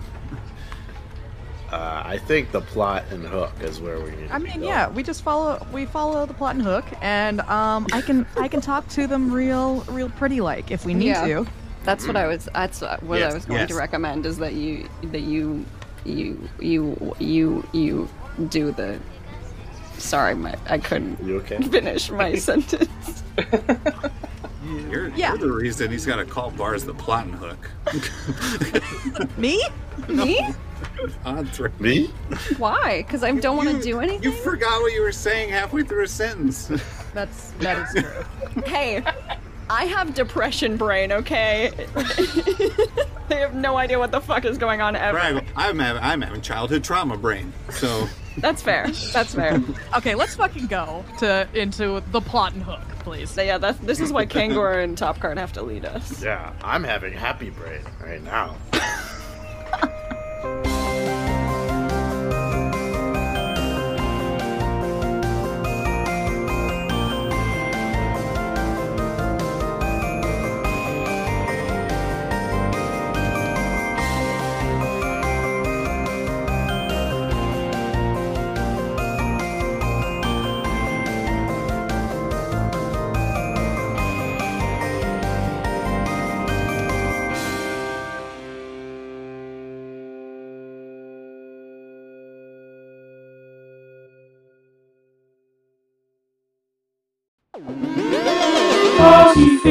S3: Uh, I think the plot and hook is where we need.
S8: I
S3: to
S8: mean,
S3: go.
S8: yeah, we just follow we follow the plot and hook, and um, I can I can talk to them real real pretty like if we need
S2: Yeah.
S8: to.
S2: That's what I was. That's what
S6: Mm. Yes,
S2: I was going to
S6: yes.
S2: recommend is that you that you you you you you do the. Sorry, my I couldn't
S3: You okay?
S2: [LAUGHS] finish
S6: [LAUGHS]
S2: my sentence.
S6: You're,
S8: Yeah.
S6: you're the reason he's got to call bars the plotting hook. [LAUGHS]
S8: Me?
S2: Me?
S6: on three.
S3: Me?
S2: Why? Because I don't want to
S6: You-
S2: do anything.
S6: You forgot what you were saying halfway through a sentence. [LAUGHS]
S8: That's that is true.
S2: Hey, I have depression brain. Okay, [LAUGHS] they have no idea what the fuck is going on ever.
S6: Right, I'm having, I'm having childhood trauma brain. So
S2: That's fair. That's fair.
S8: okay, let's fucking go to into the plot and hook, please.
S2: So yeah, that's, this is why Kangor and Top Card have to lead us.
S3: Yeah, I'm having happy brain right now.